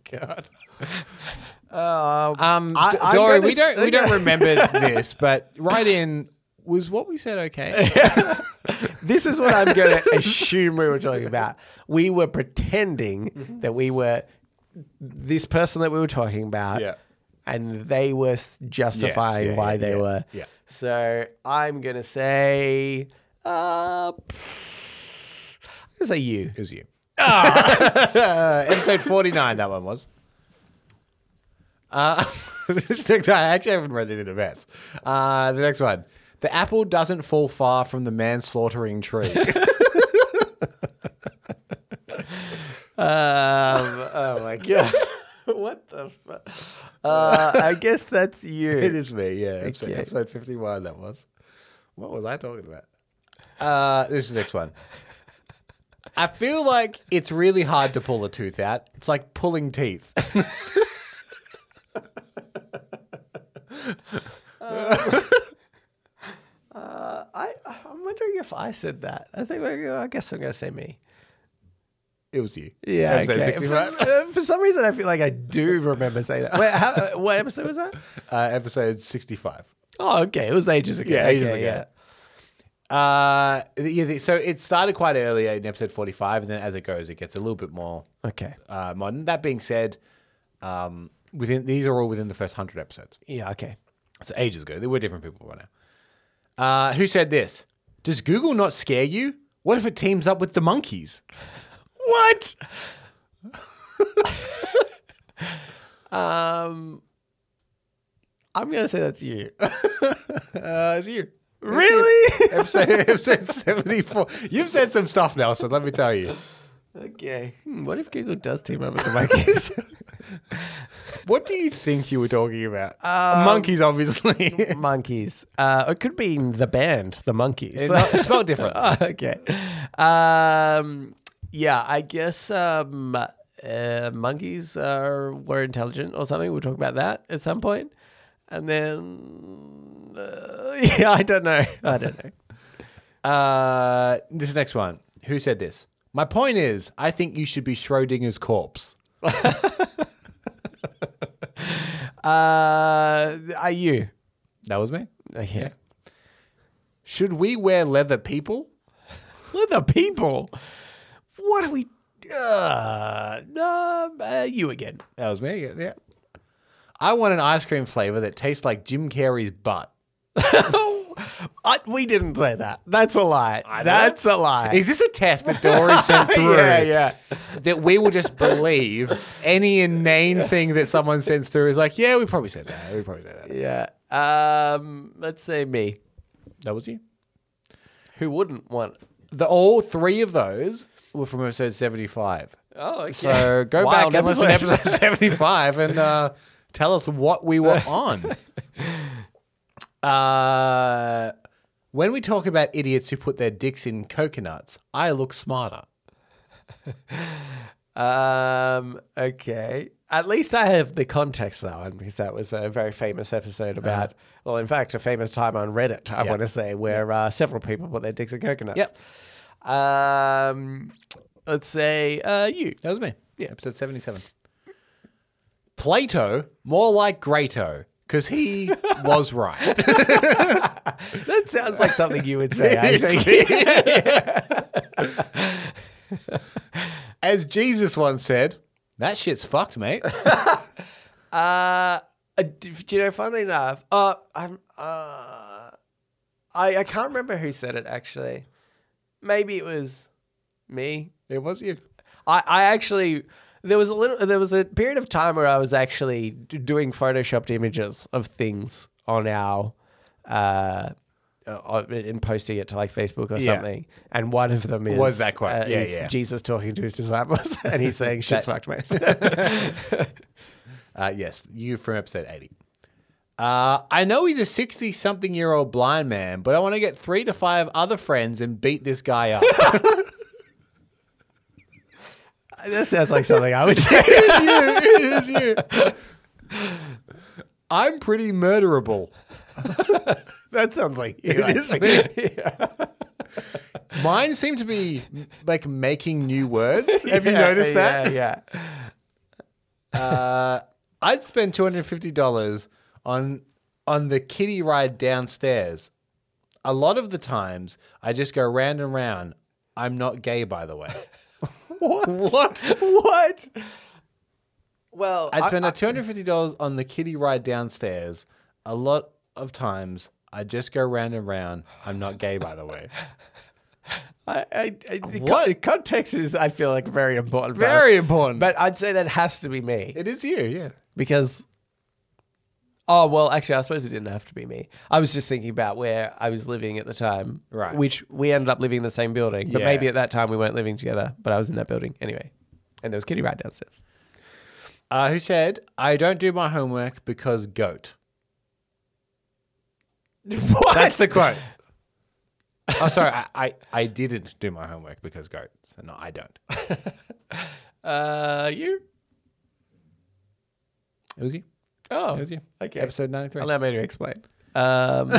God. Um,
Um,
I-
D-
I'm
Dory,
gonna
we don't we
s-
don't remember <laughs> this, but right in was what we said <laughs> okay.
this is what I'm
<laughs>
going to assume we were talking about. We were pretending
Mm-hmm.
that we were this person that we were talking about,
Yeah.
and they were s- justifying
Yes, yeah,
why
yeah,
they
yeah,
were.
yeah.
So I'm going to say, uh, I'm going to say you.
It was you. uh, <laughs> episode 49, that one was. Uh, <laughs> this next, I actually haven't read it in advance. Uh, the next one. The apple doesn't fall far from the manslaughtering tree.
Um, oh
<laughs>
my god. <laughs> what the fuck? Uh, I guess that's you.
<laughs> it is me, yeah. Episode,
Okay.
episode 51, that was. What was I talking about? Uh, this is the next one. I feel like it's really hard to pull a tooth out. It's like pulling teeth.
Uh, I, I'm wondering if I said that. I think I guess I'm gonna say me.
It was you.
Yeah,
Episode
okay. For,
65. <laughs>
uh, for some reason, I feel like I do remember saying that. Wait, how, uh, what episode was that?
Uh, episode 65.
Oh, okay, it was ages ago.
Yeah, ages
Okay,
ago. Uh, yeah, the- so it started quite early in episode 45, and then as it goes, it gets a little bit more
yeah. Okay,
uh, modern. That being said, um, within these are all within the first 100 episodes.
yeah, okay.
It's ages ago. There were different people by now. Uh, who said this? Does Google not scare you? What if it teams up with the monkeys?
What? um, I'm gonna say that's you.
<laughs> Uh, it's you.
Really?
episode, <laughs> episode 74. You've said some stuff, Nelson, let me tell you.
<laughs> okay. Hmm, what if Google does team up with the
<laughs>
monkeys?
What do you think you were talking about? Monkeys, <laughs> obviously.
monkeys. Uh, it could be the band, the monkeys.
not- it's spelled different.
Oh, <laughs> okay. Um, yeah, I guess um, uh, monkeys are were intelligent or something. We'll talk about that at some point. And then, uh, <laughs> yeah, I don't know. I don't know.
Uh, this next one. Who said this? My point is, I think you should be Schrodinger's corpse.
Uh, are you?
That was me.
Okay.
Should we wear leather people?
Look at the people. What are we? Uh, um, uh, you again. <laughs>
That was me. Yeah. I want an ice cream flavor that tastes like Jim Carrey's butt.
I, we didn't say that. That's a lie. That's a lie.
Is this a test that Dory
<laughs>
sent through?
yeah, yeah.
That we will just believe any inane thing that someone sends through is like, yeah, we probably said that. We probably said that.
Yeah. Um, let's say me.
That was you.
Who wouldn't want?
The all three of those were from episode seventy-five.
Oh, okay.
So go
Wild
back and listen to
episode. <laughs>
episode 75 and uh, tell us what we were on. Uh, when we talk about idiots who put their dicks in coconuts, I look smarter.
Um, okay. At least I have the context for that one because that was a very famous episode about, well, in fact, a famous time on Reddit, I want to say, where uh, several people put their dicks in coconuts. Um, let's say uh, you.
That was me. Yeah, episode 77. Plato, more like Grato,
<laughs>
because he was right.
That sounds like something you would say, <laughs> I
<laughs>
think.
As Jesus once said, that shit's fucked, mate.
Uh, uh, d- do you know, funnily enough, uh, I'm, uh, I, I can't remember who said it actually. Maybe it was me.
it was you.
I, I actually there was a little there was a period of time where I was actually d- doing photoshopped images of things on our uh uh, and posting it to like Facebook or
Yeah.
something, and one of them is uh,
Was that quote? Yeah,
is
yeah.
Jesus talking to his disciples, <laughs> and he's saying, "Shit's fucked,
<laughs>
mate."
Uh, yes, you from episode 80. Uh, I know he's a 60 something year old blind man, but I want to get three to five other friends and beat this guy <laughs>
<laughs>
up.
that sounds like something I would
<laughs>
say.
it is you. It is you. I'm pretty murderable.
that sounds like you.
It is me.
<laughs>
Mine seem to be like making new words. Have you noticed that?
Yeah,
<laughs>
yeah.
I'd spend two hundred fifty dollars on on the kiddie ride downstairs. A lot of the times, I just go round and round. I'm not gay, by the way.
What? What? what? Well,
I'd
I-
spend two hundred fifty dollars on the kiddie ride downstairs. A lot of times, I just go round and round. I'm not gay, by the way.
I, I, I the
What?
Con- context is, I feel like, very important. but-
<laughs> Very important.
But I'd say that has to be me
it is you, yeah.
because. Oh well, actually, I suppose it didn't have to be me. I was just thinking about where I was living at the time,
Right.
Which we ended up living in the same building, but
Yeah.
maybe at that time we weren't living together. But I was in that building anyway, and there was Kitty right downstairs.
Uh, who said I don't do my homework because goat?
<laughs> What?
That's the quote. oh, sorry. I, I, I didn't do my homework because goat. So no, I don't.
uh, you.
It was you.
Oh,
It was you.
okay.
Episode 93.
Allow me to <laughs> explain. Um,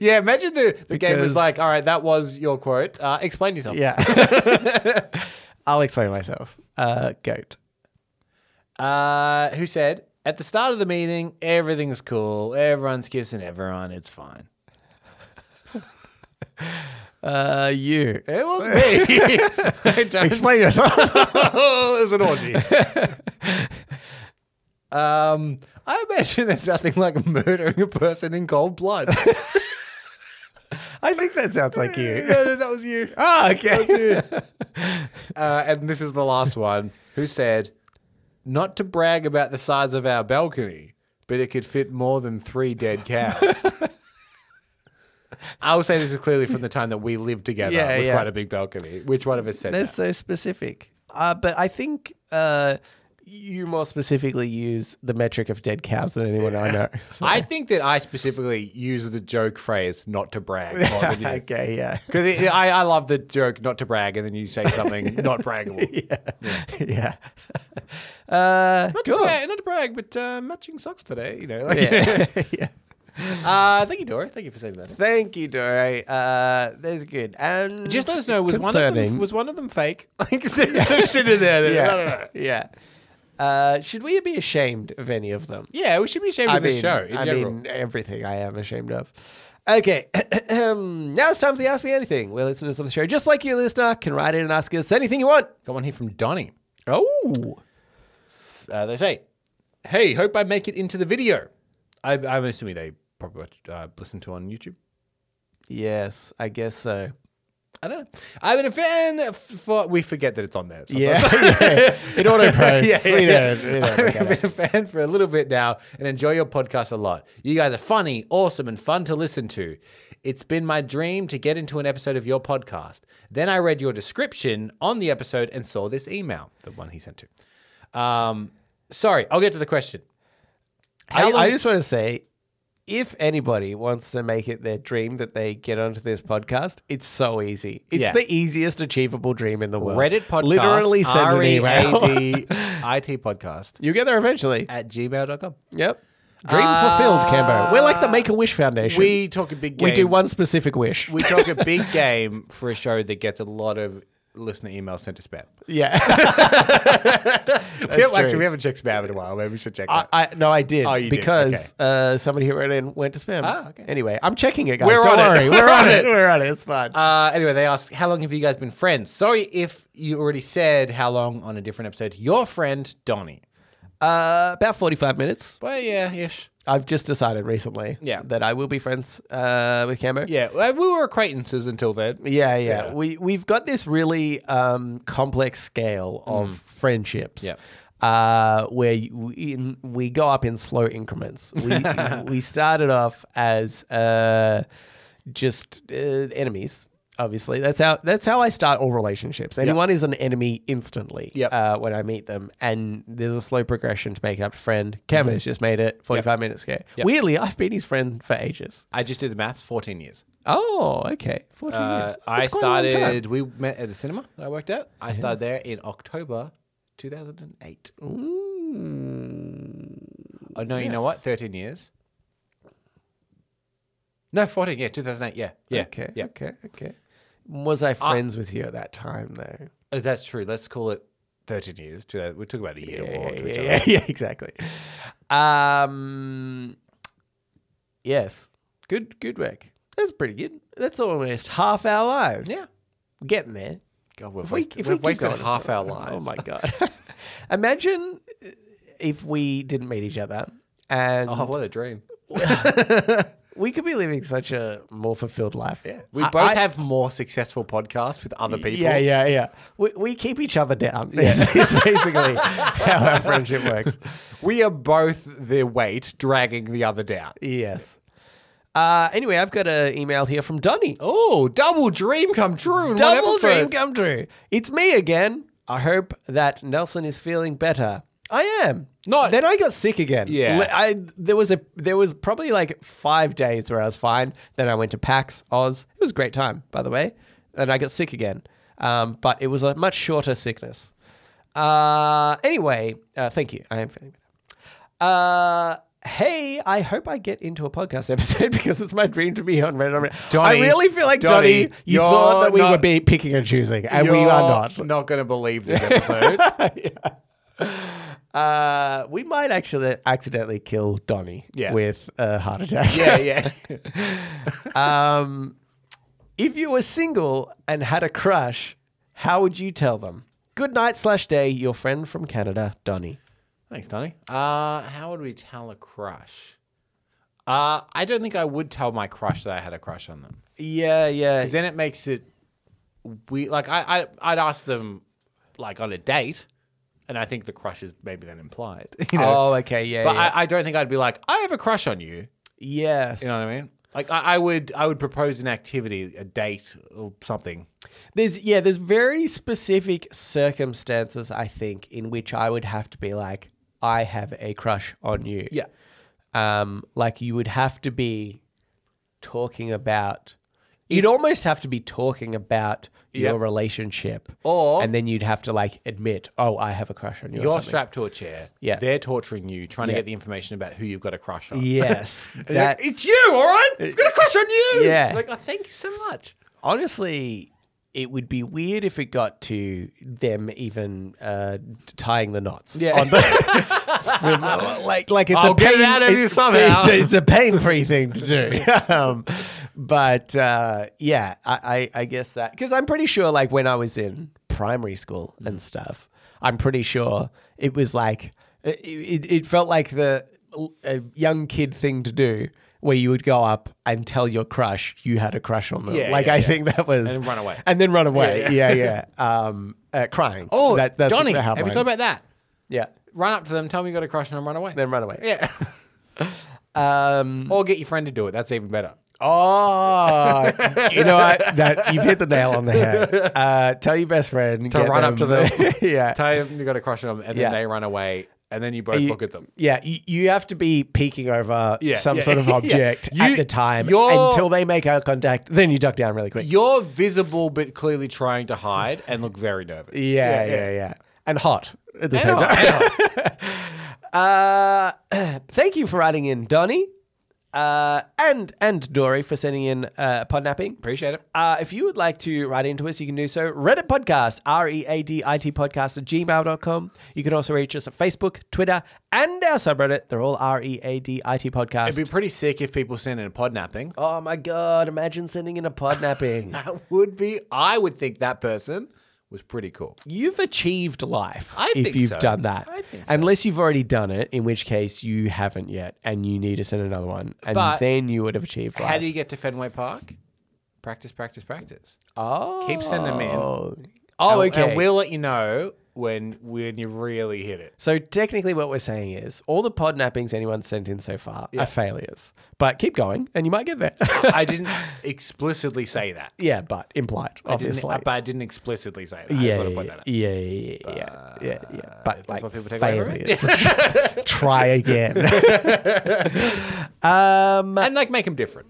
Yeah, imagine the, the game
Because-
was like, all right, that was your quote. Uh, explain yourself.
<laughs> yeah, I'll explain myself. Uh, goat.
Uh, who said, at the start of the meeting, everything's cool. Everyone's kissing everyone. It's fine.
Uh, you.
It was <laughs> me.
<laughs> Explain yourself.
it was an orgy. <laughs> um, I imagine there's nothing like murdering a person in cold <laughs> blood.
I think <laughs> that sounds like you.
Yeah, that was you.
Oh, okay.
Uh, and this is the last one. Who said, not to brag about <laughs> the size of our balcony, but it could fit more than three dead cows. I will say this is clearly from the time that we lived together
Yeah,
with
yeah.
quite a big balcony. Which one of us said
They're
that?
so specific. Uh, but I think uh, you more specifically use the metric of dead cows than anyone I know. So-
<laughs> I think that I specifically use the joke phrase "not to <laughs> brag"
<laughs>
because
okay, yeah.
I, I love the joke "not to brag," and then you say <laughs> something not braggable.
<laughs> yeah. Uh, cool.
Yeah, not to brag, but uh, matching socks today. You know, like,
Yeah. <laughs> yeah.
<laughs> uh, thank you, Dora. Thank you for saying that.
Thank you, Dory. Uh, that's good. And
Just let us know. Was one of
Concerning.
them was one of them fake? <laughs> Like there's some shit in there. That, I don't know.
yeah, yeah. <laughs> Uh, should we be ashamed of any of them?
Yeah, we should be ashamed of this show in
I
general.
mean, everything I am ashamed of. Okay, <clears throat> um, now it's time for the Ask Me Anything, where listeners of the show, just like you, listener, can write in and ask us anything you want.
Got one here from Donnie.
Oh,
Uh, they say, "Hey, hope I make it into the video." I, I'm assuming they probably watch, uh, listen to on YouTube.
yes, I guess so.
I don't know. I've been a fan f- for. We forget that it's on there.
<laughs>
sometimes.
it auto <laughs> posts.
<laughs> Yeah, yeah,
we
yeah.
know, we know. <laughs>
I've been a fan for a little bit now and enjoy your podcast a lot. You guys are funny, awesome, and fun to listen to. It's been my dream to get into an episode of your podcast. Then I read your description on the episode and saw this email, the one he sent to. Um, sorry, I'll get to the question. How
I,
long-
I just want to say, if anybody wants to make it their dream that they get onto this podcast, it's so easy. It's
Yeah.
the easiest achievable dream in the world.
Reddit podcast, E
Literally send an email.
R-E-A-D-I-T podcast
<laughs> You get there eventually.
at gmail.com.
Yep. Dream fulfilled, Cambo. We're like the Make a Wish Foundation.
We talk a big game.
we do one specific wish.
We talk a big game for a show that gets a lot of listener emails sent to <laughs> spam.
yeah.
We haven't-
true.
actually, we haven't checked spam in a while. Maybe we should check
<laughs> I,
that.
I, no, I did
Oh, you did.
because uh, somebody who wrote in went to spam.
Ah, okay.
Anyway, I'm checking it, guys.
We're
Don't
on
<laughs> worry.
it.
We're on it. We're on it. It's fine.
Uh, anyway, they asked, how long have you guys been friends? Sorry if you already said how long on a different episode. Your friend, Donnie.
Uh, about 45 minutes.
Well, yeah, ish.
I've just decided recently
Yeah.
that I will be friends uh, with Cambo.
Yeah, well, we were acquaintances until then.
Yeah, yeah.
Yeah.
We we've got this really um, complex scale of
Mm.
friendships.
Yep.
Uh, where you- we, in, we go up in slow increments.
<laughs>
We we started off as uh, just uh, enemies. Obviously, that's how that's how I start all relationships. Anyone is an enemy instantly
Yep.
uh, when I meet them, and there's a slow progression to make up a friend. Cam
Mm-hmm.
has just made it 45 minutes ago. Weirdly, I've been his friend for ages.
I just did the maths, 14 years.
Oh, okay, 14
Uh,
years.
I
That's quite a long time.
started, we met at a cinema that I worked at. I started there in October 2008.
Mm,
Oh, no, you know what? 13 years. No, 14, yeah, 2008, yeah. Yeah,
Okay.
yeah. Uh,
Okay. Okay. Was I friends with you at that time, though?
Oh, that's true. Let's call it 13 years. To that. We took about a year more to each other.
yeah, <laughs> yeah, exactly. Um, yes. Good. Good work. That's pretty good. That's almost half our lives.
Yeah.
We're getting there.
God, we've
If
wasted,
if
we've
keep
wasted
going-
half our lives.
Oh my god!
<laughs>
<laughs> Imagine if we didn't meet each other, and
Oh, what a dream.
we could be living such a more fulfilled life. Yeah.
We both have more successful podcasts with other people.
Yeah, yeah, yeah. We, we keep each other down. <laughs> This is basically how our friendship works.
We are both the weight dragging the other down.
<laughs> Yes. Uh, anyway, I've got an email here from Donnie.
Oh, double dream come true in
Double
one episode.
dream come true. It's me again. I hope that Nelson is feeling better. I am.
Not-
Then I got sick again.
Yeah.
Li- I there was a there was probably like five days where I was fine. Then I went to PAX Oz. It was a great time, by the way. Then I got sick again. Um, but it was a much shorter sickness. Uh, anyway, uh, thank you. I am feeling better. Uh, hey, I hope I get into a podcast <laughs> episode because it's my dream to be on Reddit. on Reddit.
Donnie,
I really feel like
Donnie,
Donnie. you
you're
thought that we
not-
were being be picking and choosing, and
You're
we are not.
not going to believe <laughs> this episode.
Uh, we might actually accidentally kill Donnie
Yeah.
with a heart attack.
yeah, yeah.
<laughs> If you were single and had a crush, how would you tell them? Good night slash day, your friend from Canada, Donnie.
Thanks, Donnie. Uh, how would we tell a crush? Uh, I don't think I would tell my crush that I had a crush on them.
Yeah, yeah.
Because then it makes it we like I, I I'd ask them like on a date, and I think the crush is maybe then implied. <laughs> You know?
Oh, okay. Yeah,
but
yeah.
I, I don't think I'd be like I have a crush on you.
yes.
You know what I mean? Like I, I would, I would propose an activity, a date or something.
There's yeah, there's very specific circumstances I think in which I would have to be like, I have a crush on you. Um, like you would have to be talking about. You'd almost have to be talking about your
Yep.
relationship,
Or-
and then you'd have to like admit, oh, I have a crush on you. or
You're
something. <laughs>
strapped to a chair.
Yeah.
They're torturing you, trying
Yeah.
to get the information about who you've got a crush on.
Yes,
And
<laughs>
you're
that
like, it's you, all right? I've got a crush on you.
Yeah.
Like, oh, thank you so much.
honestly, it would be weird if it got to them even uh, tying the knots.
Yeah.
<laughs> From, like, like it's
I'll
a pain,
get it out of you
it's-
somehow.
<laughs> It's, it's a pain-free thing to do. <laughs> um, but uh, yeah, I, I, I guess that because I'm pretty sure, like when I was in primary school
Mm.
and stuff, I'm pretty sure it was like it, it, it felt like the a young kid thing to do. Where you would go up and tell your crush you had a crush on them.
Yeah,
like
yeah,
I
yeah.
think that was
And run away.
and then run away. Yeah, yeah. Um, uh, crying.
Oh,
That- that's
Donnie,
how
have you
mine-
thought about that?
Yeah,
Run up to them, tell me you got a crush on them, run away.
then run away.
yeah.
<laughs> Um,
or get your friend to do it. That's even better.
Oh, you know what? That, you've hit the nail on the head.
<laughs>
Uh, tell your best friend
To
get
run up to them.
<laughs> yeah,
Tell them you got a crush on them, and
Yeah.
then they run away, and then you both
You-
look at them.
Yeah, you, you have to be peeking over
Yeah,
some
yeah,
sort of
<laughs> yeah.
object
You-
at the time
you're-
until they make eye contact. Then you duck down really quick.
You're visible, but clearly trying to hide, and look very nervous.
yeah, yeah, yeah, and hot at the same time. <laughs> Uh, <clears throat> thank you for writing in, Donnie, uh, and and Dory for sending in uh, podnapping.
Appreciate it.
Uh, if you would like to write into us, you can do so. Reddit podcast, R E A D I T podcast at gmail.com. You can also reach us at Facebook, Twitter, and our subreddit. They're all R E A D I T podcast.
It'd be pretty sick if people sent in a pod napping.
oh my God, imagine sending in a podnapping.
<laughs> That would be, I would think that person was pretty cool.
you've achieved life
I
if
think
you've
so.
done that.
I think so.
Unless you've already done it, in which case you haven't yet and you need to send another one. And
But
then you would have achieved life.
How do you get to Fenway Park? Practice, practice, practice.
oh.
Keep sending them in.
Oh,
And-
okay.
And we'll let you know when when you really hit it.
So technically, what we're saying is all the pod nappings anyone's sent in so far are failures. But keep going, and you might get there.
<laughs> I
<sighs>
didn't explicitly say that.
<laughs> yeah, but implied,
I didn't-
obviously.
but I didn't explicitly say that. I
yeah,
just want to
yeah,
point that out. Uh,
yeah, yeah, yeah, yeah, yeah, yeah. But like
what people take away from it.
failures.
<laughs>
Try again. <laughs> um,
And like make them different.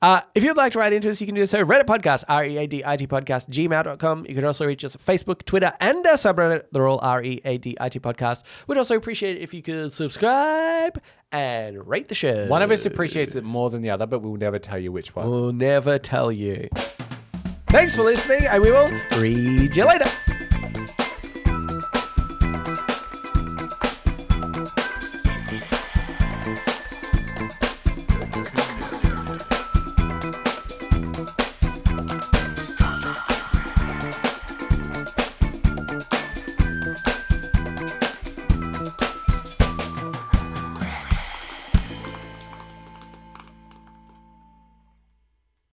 Uh, if you'd like to write into us, you can do so. Reddit podcast, R E A D I T podcast, gmail.com. You can also reach us at Facebook, Twitter, and our subreddit. They're all R E A D I T podcast. We'd also appreciate it if you could subscribe and rate the show.
One of us appreciates it more than the other, but we'll never tell you which one.
will never tell you. Thanks for listening, and we will read you later.